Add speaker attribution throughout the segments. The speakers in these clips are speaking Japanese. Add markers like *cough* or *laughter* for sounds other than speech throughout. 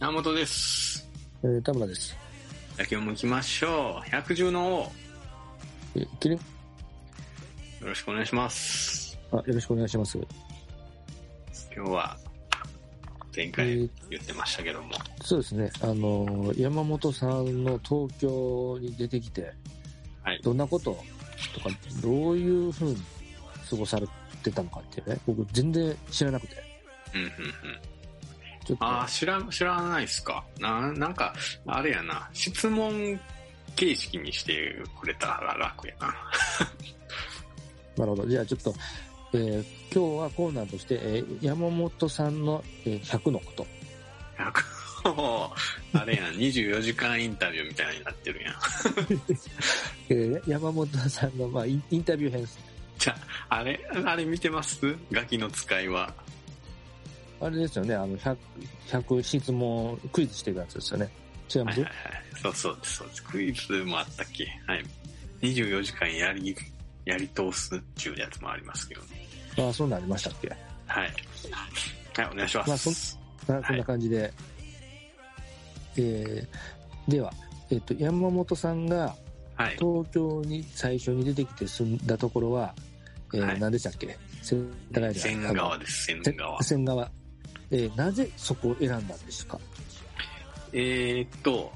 Speaker 1: 本です。
Speaker 2: えー、田村です。
Speaker 1: じゃあ今日も行きましょう。百獣の王、よ
Speaker 2: え、いける
Speaker 1: ろしくお願いします。
Speaker 2: あ、よろしくお願いします。
Speaker 1: 今日は、前
Speaker 2: え
Speaker 1: 回
Speaker 2: ー
Speaker 1: 言ってましたけども。
Speaker 2: そうですね。あのー、山本さんの東京に出てきて、
Speaker 1: はい
Speaker 2: どんなこととか、どういうふうに過ごされてたのかっていうね、僕全然知らなくて。
Speaker 1: うんうんうん。
Speaker 2: ちょっと、
Speaker 1: ああ、知ら、知らないっすか。な、なんか、あれやな、質問形式にしてくれたら楽やな。
Speaker 2: なるほど。じゃあちょっと、えー今日はコーナーとして、えー山本さんの、えー100のこと。
Speaker 1: 100 *laughs* あれやん、24時間インタビューみたいになってるやん。
Speaker 2: えー山本さんの、まあ、インインタビュー編です。
Speaker 1: あれ、あれ見てますガキの使いは。
Speaker 2: あれですよね、あの、100、100質問、クイズしていくやつですよね。違い
Speaker 1: は
Speaker 2: ま
Speaker 1: い
Speaker 2: す、
Speaker 1: はいはい。そうそうです、そうです。クイズもあったっけはい。24時間やり、やり通すっていうやつもありますけどね。
Speaker 2: ああ、そうなりましたっけ
Speaker 1: はい。はい、お願いします。
Speaker 2: まあそまあ、こんな感じで、えーでは、えっと山本さんが
Speaker 1: はい。
Speaker 2: 東京に最初に出てきて住んだところは、えー
Speaker 1: はい
Speaker 2: 何でしたっけ世田谷じゃ
Speaker 1: 千
Speaker 2: ない
Speaker 1: 川です、
Speaker 2: せ
Speaker 1: 千川。
Speaker 2: 千川、えーなぜそこを選んだんですか
Speaker 1: えー、っと、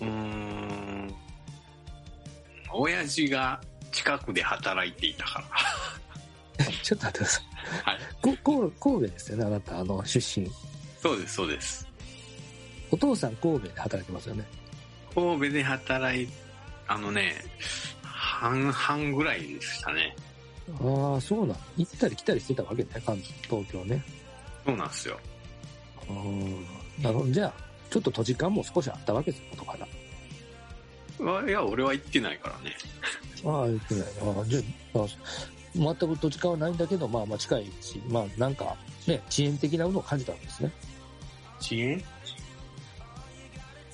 Speaker 1: うーん、親父が近くで働いていたから。
Speaker 2: ちょっと待ってください、
Speaker 1: はい
Speaker 2: ここ神戸ですよねあなたあの出身
Speaker 1: そうです、そうです。
Speaker 2: お父さん神戸で働いてますよね
Speaker 1: 神戸で働い、あのね、半々ぐらいでしたね。
Speaker 2: ああそうなん行ったり来たりしてたわけね関東京ね
Speaker 1: そうなんですよ。
Speaker 2: うんなるほどじゃあちょっと土地感も少しあったわけですことから
Speaker 1: わいや、俺は行ってないからね。
Speaker 2: ああ、言ってない。ああ、じゃあ、あ全く土地勘はないんだけど、まあまあ近いし、まあなんか、ね、遅延的なものを感じたんですね。
Speaker 1: 遅延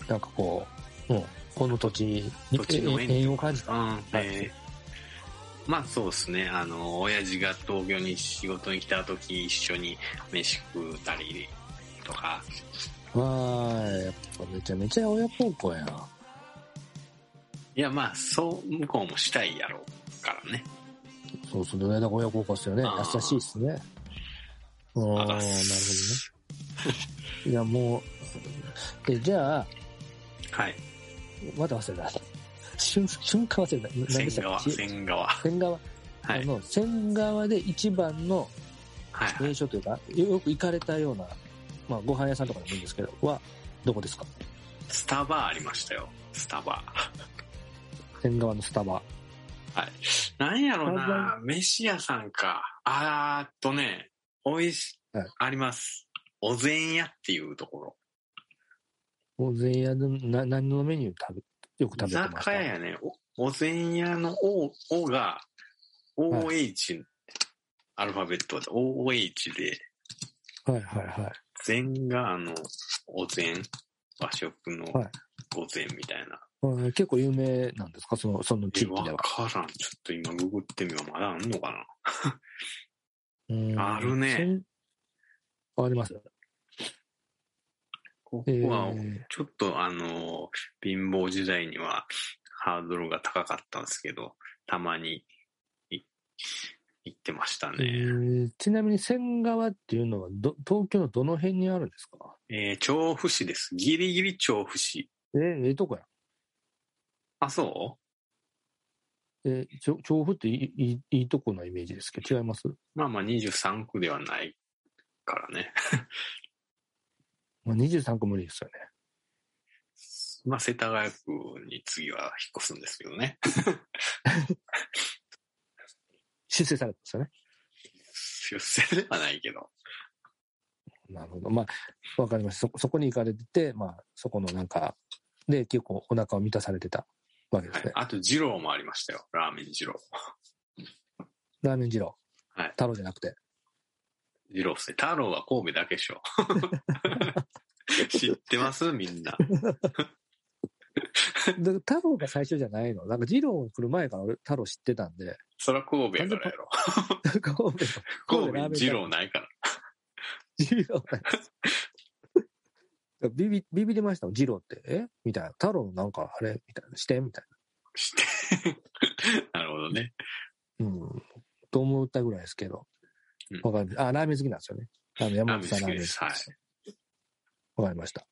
Speaker 2: なんかこう、うん、この土地に
Speaker 1: 土地の縁
Speaker 2: ええ縁を感じた。
Speaker 1: うん。えーまあそうですね。あの、親父が東京に仕事に来た時一緒に飯食うたりとか、
Speaker 2: わあ、やっぱめちゃめちゃ親孝行やん。
Speaker 1: いやまあそう、向こうもしたいやろうからね。
Speaker 2: そうそう、どれだけ親孝行ですよね。
Speaker 1: ああ
Speaker 2: 優しいっすね。ああ、なるほどね。いや、もう、え、じゃあ、
Speaker 1: はい。
Speaker 2: また忘れた。瞬、瞬間忘れた。な何でし
Speaker 1: 千
Speaker 2: た
Speaker 1: 川、
Speaker 2: っけ
Speaker 1: 千川。は
Speaker 2: 千川、あ
Speaker 1: い。
Speaker 2: の、千川で一番の、
Speaker 1: はい。
Speaker 2: 名所というか、よく行かれたような、まあ、ご飯屋さんとかでもいいんですけど、は、どこですか
Speaker 1: スタバありましたよ。スタバ。
Speaker 2: 千川のスタバ。
Speaker 1: はい。なんやろ
Speaker 2: スタバ
Speaker 1: な、飯屋さんか。あーっとね、おいし、
Speaker 2: はい
Speaker 1: あります。お膳屋っていうところ。
Speaker 2: もう全屋でな何のメニュー食べ、よく食べ
Speaker 1: 居
Speaker 2: てますか
Speaker 1: 酒屋やね、おお膳屋の O, o が OH、アルファベットで OH で、
Speaker 2: はいはいはい。
Speaker 1: 膳があの、お膳、和食の
Speaker 2: はい
Speaker 1: お膳みたいな。
Speaker 2: うん結構有名なんですかその、その地
Speaker 1: え
Speaker 2: 域
Speaker 1: わ
Speaker 2: では。
Speaker 1: からん。ちょっと今ググってみよう。まだあんのかな
Speaker 2: うん
Speaker 1: あるね。
Speaker 2: 千あります。
Speaker 1: こ
Speaker 2: え
Speaker 1: こは、
Speaker 2: ー
Speaker 1: ちょっとあの、貧乏時代にはハードルが高かったんですけど、たまにい行ってました
Speaker 2: え
Speaker 1: ね。
Speaker 2: ーちなみに千川っていうのはど、東京のどの辺にあるんですか
Speaker 1: えー調布市です。ギリギリ調布市。
Speaker 2: えー、ええとこや。
Speaker 1: あ、そう
Speaker 2: えーちょ調布っていいいいいいとこのイメージですけど、違います
Speaker 1: まあまあ23区ではないからね。
Speaker 2: まあ ?23 区無理ですよね。
Speaker 1: まあ世田谷区に次は引っ越すんですけどね。
Speaker 2: 出世されたんですよね。
Speaker 1: 出世ではないけど。
Speaker 2: なるほど。まあ、わかりました。そ、そこに行かれてて、まあ、そこのなんか、で、結構お腹を満たされてたわけで
Speaker 1: は
Speaker 2: す
Speaker 1: い
Speaker 2: ね。、
Speaker 1: あと二郎もありましたよ。ラーメン二郎。
Speaker 2: ラーメン二郎。
Speaker 1: はい
Speaker 2: 太郎じゃなくて。
Speaker 1: 二郎っすね。太郎は神戸だけでしょ。知ってますみんな。
Speaker 2: で太郎が最初じゃないの。なんか二郎が来る前から俺、太郎知ってたんで、
Speaker 1: そら神戸やからやろ。
Speaker 2: 神戸の、
Speaker 1: 神
Speaker 2: 神戸ラーメン
Speaker 1: 戸に二郎ないから。
Speaker 2: 授業ないです。ビビ、ビビりましたもん、ジローって、えみたいな。太郎のなんかあれみたいな、してみたい
Speaker 1: なるほどね。
Speaker 2: な。うん。と思ったぐらいですけど
Speaker 1: うん。
Speaker 2: わかりました。あ、ラーメン好きなんですよね。あの、山本さんラ
Speaker 1: ラー
Speaker 2: ーメ
Speaker 1: メ
Speaker 2: ン
Speaker 1: ン
Speaker 2: 好
Speaker 1: 好き
Speaker 2: きで
Speaker 1: ですす。
Speaker 2: わかりました。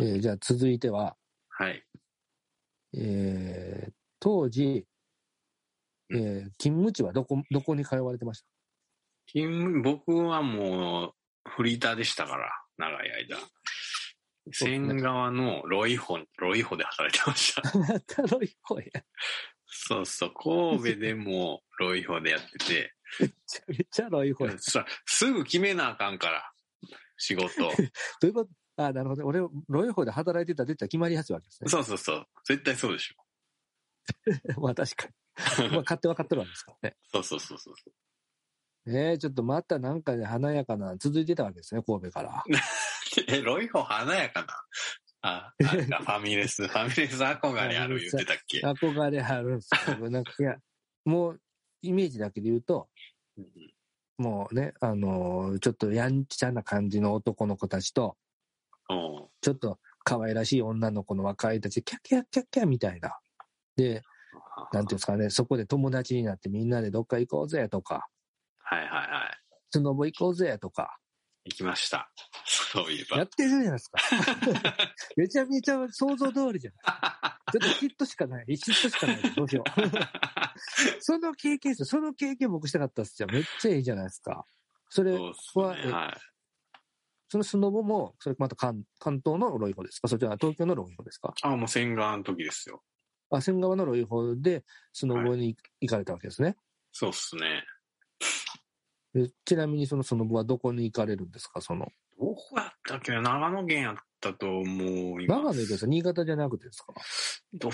Speaker 2: えーじゃあ続いては、
Speaker 1: はい。
Speaker 2: えー当時、え
Speaker 1: うん
Speaker 2: ー勤務地はどこ、どこに通われてました *laughs*
Speaker 1: 勤務僕はもう、フリーターでしたから、長い間。仙川のロイホ、ロイホで働いてました。
Speaker 2: またロイホや。
Speaker 1: そうそう、神戸でもロイホでやって
Speaker 2: *laughs*
Speaker 1: て、
Speaker 2: めちゃめちゃロイホや。
Speaker 1: さすぐ決めなあかんから、仕
Speaker 2: *laughs*
Speaker 1: 事。
Speaker 2: ということ、あ、なるほど。俺、ロイホで働いてたら絶対決まりやすいわけですね。
Speaker 1: そうそうそう、絶対そうで
Speaker 2: *laughs*
Speaker 1: しょ。
Speaker 2: まあ確かに。まあ勝手分かってるわけですからね。
Speaker 1: そうそうそうそう。
Speaker 2: えー、ちょっとまたなんかね、華やかな、続いてたわけですね、神戸から。
Speaker 1: え、ロイホ華やかな。あ、あれだファミレ
Speaker 2: *laughs*
Speaker 1: ス、ファミレス憧れある言ってたっけ。
Speaker 2: 憧れあるんですよ。僕なんか、いや、もう、イメージだけで言うと、
Speaker 1: うん
Speaker 2: もうね、あのーちょっとやんちゃな感じの男の子たちと、
Speaker 1: おう
Speaker 2: ちょっと可愛らしい女の子の若いたち、キャッキャッキャッキャみたいな。で、なんていうんですかね、そこで友達になってみんなでどっか行こうぜとか、
Speaker 1: はいはいはい。
Speaker 2: スノボ行こうぜとか、
Speaker 1: 行きました。そういえ
Speaker 2: や
Speaker 1: ば
Speaker 2: っ。てるじゃない
Speaker 1: *laughs*
Speaker 2: ですか。めちゃめちゃ想像通りじゃない。ちょっと嫉妬しかない。嫉妬しかない。どうしよう。
Speaker 1: *laughs*
Speaker 2: その経験ですよその経験僕したかったっすよ。めっちゃいいじゃないですか。それ、
Speaker 1: そうっすね。
Speaker 2: ここは
Speaker 1: はい。
Speaker 2: そのスノボも、それまた関関東のロイホですかそれは東京のロイホですか
Speaker 1: あ、もう洗顔の時ですよ。
Speaker 2: あ、仙川のロイホでスノボに行かれたわけですね。
Speaker 1: そうっすね。
Speaker 2: でちなみにそのスノボはどこに行かれるんですかその。
Speaker 1: どこやったっけな長野県やったと思います。
Speaker 2: 長野行くんですか新潟じゃなくてですか
Speaker 1: どっ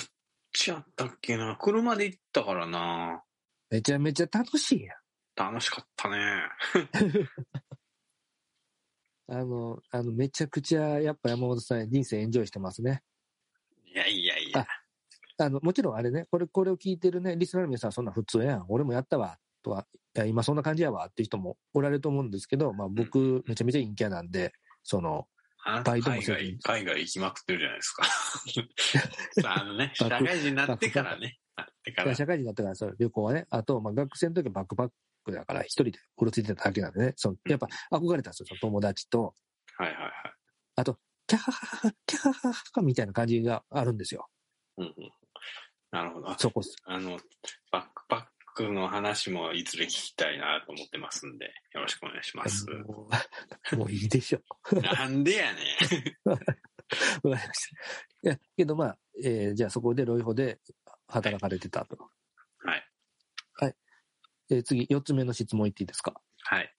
Speaker 1: ちやったっけな車で行ったからな
Speaker 2: めちゃめちゃ楽しいやん。
Speaker 1: 楽しかったね。
Speaker 2: あの、あの、めちゃくちゃ、やっぱ山本さん人生エンジョイしてますね。
Speaker 1: いやいやいや。
Speaker 2: あの、もちろんあれね、これ、これを聞いてるね、リスナーの皆さん、そんな普通やん。俺もやったわ、とは、いや、今そんな感じやわ、っていう人もおられると思うんですけど、まあ僕、めちゃめちゃ陰キャなんで、その、
Speaker 1: あなた
Speaker 2: バイトも
Speaker 1: 海
Speaker 2: せず
Speaker 1: 外、海外行きまくってるじゃないですか。
Speaker 2: *laughs*
Speaker 1: さああのね、社
Speaker 2: バック
Speaker 1: 会人になってからね。なってから。
Speaker 2: 社会人だったから、その旅行はね、あと、まあ学生の時はバックパックだから、一人でうろついてただけなんでね、その、やっぱ憧れたんですよ、その友達と、
Speaker 1: はいはいはい。
Speaker 2: キャハハハ、キャハハハ、みたいな感じがあるんですよ。
Speaker 1: うんうん、なるほど。あ
Speaker 2: そこっす。
Speaker 1: あの、バックパックの話もいずれ聞きたいなと思ってますんで、よろしくお願いします。
Speaker 2: もうもういいでしょ。
Speaker 1: なんでやねん。
Speaker 2: わかりました。いや、けどまあ、えーじゃあそこでロイホで働かれてたと。
Speaker 1: はい。
Speaker 2: えー次、4つ目の質問言っていいですか
Speaker 1: はい。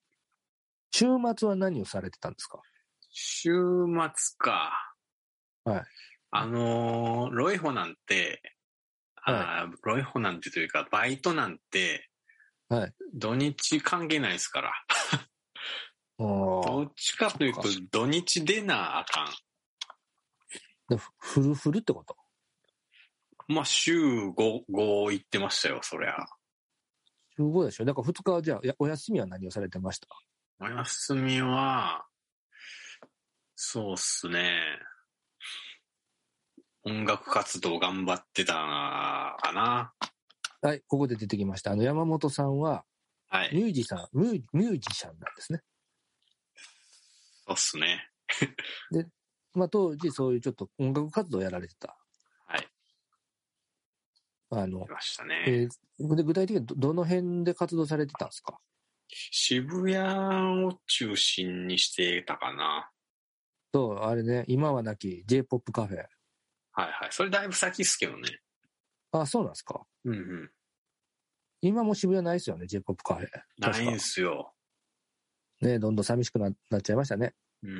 Speaker 2: 週末は何をされてたんですか
Speaker 1: 週末か。
Speaker 2: はい。
Speaker 1: あのーロイホなんて、あーロイホなんてというか、バイトなんて、
Speaker 2: はい
Speaker 1: 土日関係ないですから。どっちかというと
Speaker 2: そっ、
Speaker 1: 土日でなあかん。
Speaker 2: でふフルフルってこと
Speaker 1: まあ、週5、5行ってましたよ、そりゃ。
Speaker 2: すごいでしょだから2日はじゃあやお休みは何をされてました
Speaker 1: お休みは、そうっすね。音楽活動頑張ってたなかな。
Speaker 2: はい、ここで出てきました。あの、山本さんは
Speaker 1: はい。
Speaker 2: ミュージシャン、ミューミュージシャンなんですね。
Speaker 1: そうっすね。
Speaker 2: まあ当時そういうちょっと音楽活動をやられてた。
Speaker 1: はい。
Speaker 2: あの
Speaker 1: い、ましたね。
Speaker 2: えーで具体的にどどの辺で活動されてたんですか
Speaker 1: 渋谷を中心にしてたかな。
Speaker 2: と、あれね、今はなき J-POP カフェ。
Speaker 1: はいはい。それだいぶ先っすけどね。
Speaker 2: あ、そうなんですか
Speaker 1: うんうん。
Speaker 2: 今も渋谷ないですよね、J-POP カフェ。
Speaker 1: な
Speaker 2: 確
Speaker 1: い
Speaker 2: か
Speaker 1: んすよ。
Speaker 2: ね、どんどん寂しくななっちゃいましたね。
Speaker 1: うん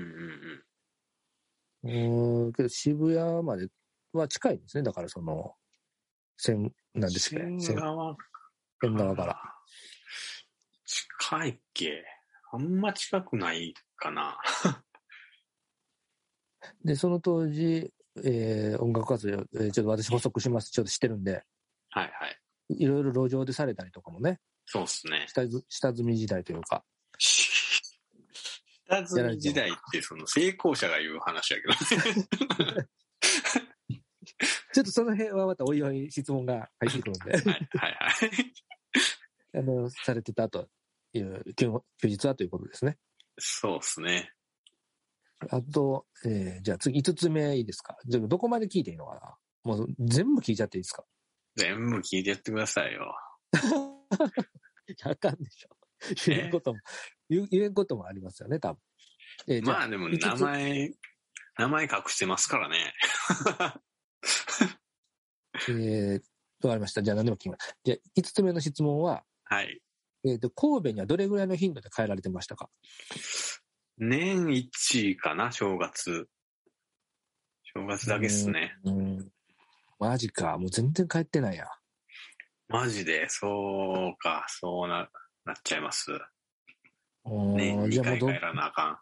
Speaker 1: うんうん。
Speaker 2: うーん、けど渋谷までは近いんですね。だからその、線、なんですか
Speaker 1: 千
Speaker 2: 線
Speaker 1: 川
Speaker 2: 線側から。。
Speaker 1: 近いっけあんま近くないかな。
Speaker 2: で、その当時、えー音楽活動、えーちょっと私補足します。ちょっとしてるんで、
Speaker 1: はいはい。
Speaker 2: いろいろ路上でされたりとかもね、
Speaker 1: そうっすね。
Speaker 2: 下積下積み時代というか、
Speaker 1: 下積み時代ってその成功者が言う話やけど、
Speaker 2: ちょっとその辺はまたおいおい質問が入ってくるん *laughs* で、
Speaker 1: はいはいはい。
Speaker 2: あの、されてたという、休休日はということですね。
Speaker 1: そうですね。
Speaker 2: あと、えーじゃあ次、5つ目いいですかじゃあどこまで聞いていいのかなもう全部聞いちゃっていいですか
Speaker 1: 全部聞いてやってくださいよ。
Speaker 2: いやあかんでしょ。 *laughs* 言えんことも、言う言えんこともありますよね、多分。えーじゃあ
Speaker 1: まあでも名前、名前隠してますからね。
Speaker 2: えー、わかりました。じゃあ何でも聞きます。じゃあ、5つ目の質問は、
Speaker 1: はい。
Speaker 2: えっ、と、神戸にはどれぐらいの頻度で帰られてましたか
Speaker 1: 年一かな、正月。正月だけっすね。
Speaker 2: うん。マジか。もう全然帰ってないや。
Speaker 1: マジで、そうか、そうな、なっちゃいます。
Speaker 2: う
Speaker 1: ね、
Speaker 2: んじゃ
Speaker 1: 2
Speaker 2: あ
Speaker 1: 回
Speaker 2: もうど
Speaker 1: 帰らなあか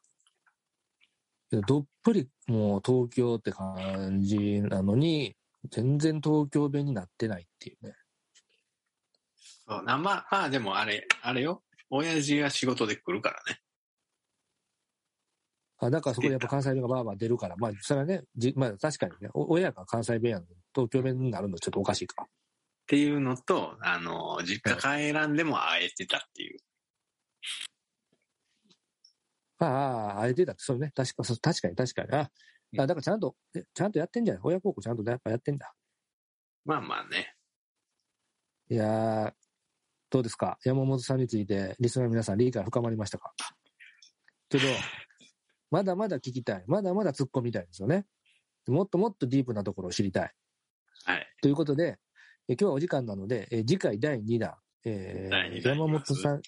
Speaker 2: どっぷりもう東京って感じなのに、全然東京弁になってないっていうね。
Speaker 1: ん。そうなまあ、まあでもあれ、あれよ。親父が仕事で来るからね。
Speaker 2: あだからそこでやっぱ関西弁がバーバー出るから、まあ、それはね、じまあ確かにね、お親が関西弁やのに東京弁になるのちょっとおかしいか。
Speaker 1: っていうのと、あの、実家帰らんでも会えてたっていう。
Speaker 2: ああ、あえてだって、そうね、確か、そう確かに確かに。あ、
Speaker 1: うん
Speaker 2: あだからちゃんと、えちゃんとやってんじゃない親孝行ちゃんとねやっぱやってんだ。
Speaker 1: まあまあね。
Speaker 2: いやー、どうですか山本さんについて、リスナーの皆さん理解深まりましたかけど、まだまだ聞きたい。まだまだ突っ込みたいですよね。もっともっとディープなところを知りたい。
Speaker 1: はい。
Speaker 2: ということで、え今日はお時間なので、え次回第2弾、えー
Speaker 1: 第二弾
Speaker 2: 山本さん、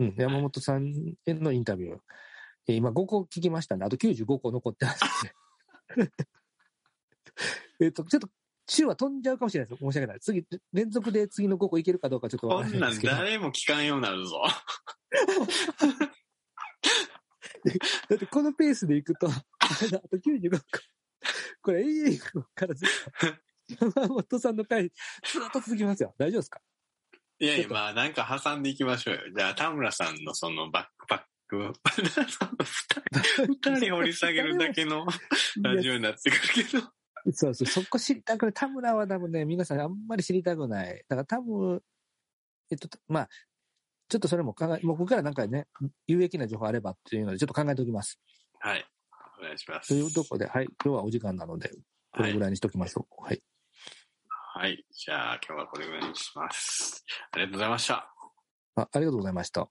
Speaker 2: うん、山本さんへのインタビュー。えー今5個聞きましたね。あと95個残ってますんでえっと、ちょっと、週は飛んじゃうかもしれないです。申し訳ない。次、連続で次の5個いけるかどうかちょっとわ
Speaker 1: こ
Speaker 2: からな
Speaker 1: な
Speaker 2: んいんで
Speaker 1: ん
Speaker 2: すけど。
Speaker 1: 誰も聞かんようになるぞ。 *laughs*
Speaker 2: だってこのペースで行くと、あれだあと95個。これ永遠行くからずっと。山本さんの回、ずっと続きますよ。大丈夫ですか
Speaker 1: いやい
Speaker 2: ちょ
Speaker 1: や、
Speaker 2: っと
Speaker 1: まあなんか挟んでいきましょうよ。じゃあ田村さんのそのバックパック、 *laughs* 二人掘り下げるだけのラ
Speaker 2: い
Speaker 1: ジオになってくるけど。
Speaker 2: やそうそう、そこ知りたくない。田村は多分ね、皆さんあんまり知りたくない。だから多分、えっと、まあ、ちょっとそれも考え、僕からなんかね、有益な情報あればっていうので、ちょっと考えておきます。
Speaker 1: はい。お願いします。
Speaker 2: というところで、はい、今日はお時間なので、これぐらいにしときましょう。はい。
Speaker 1: はい。はい。じゃあ今日はこれぐらいにします。ありがとうございました。
Speaker 2: あありがとうございました。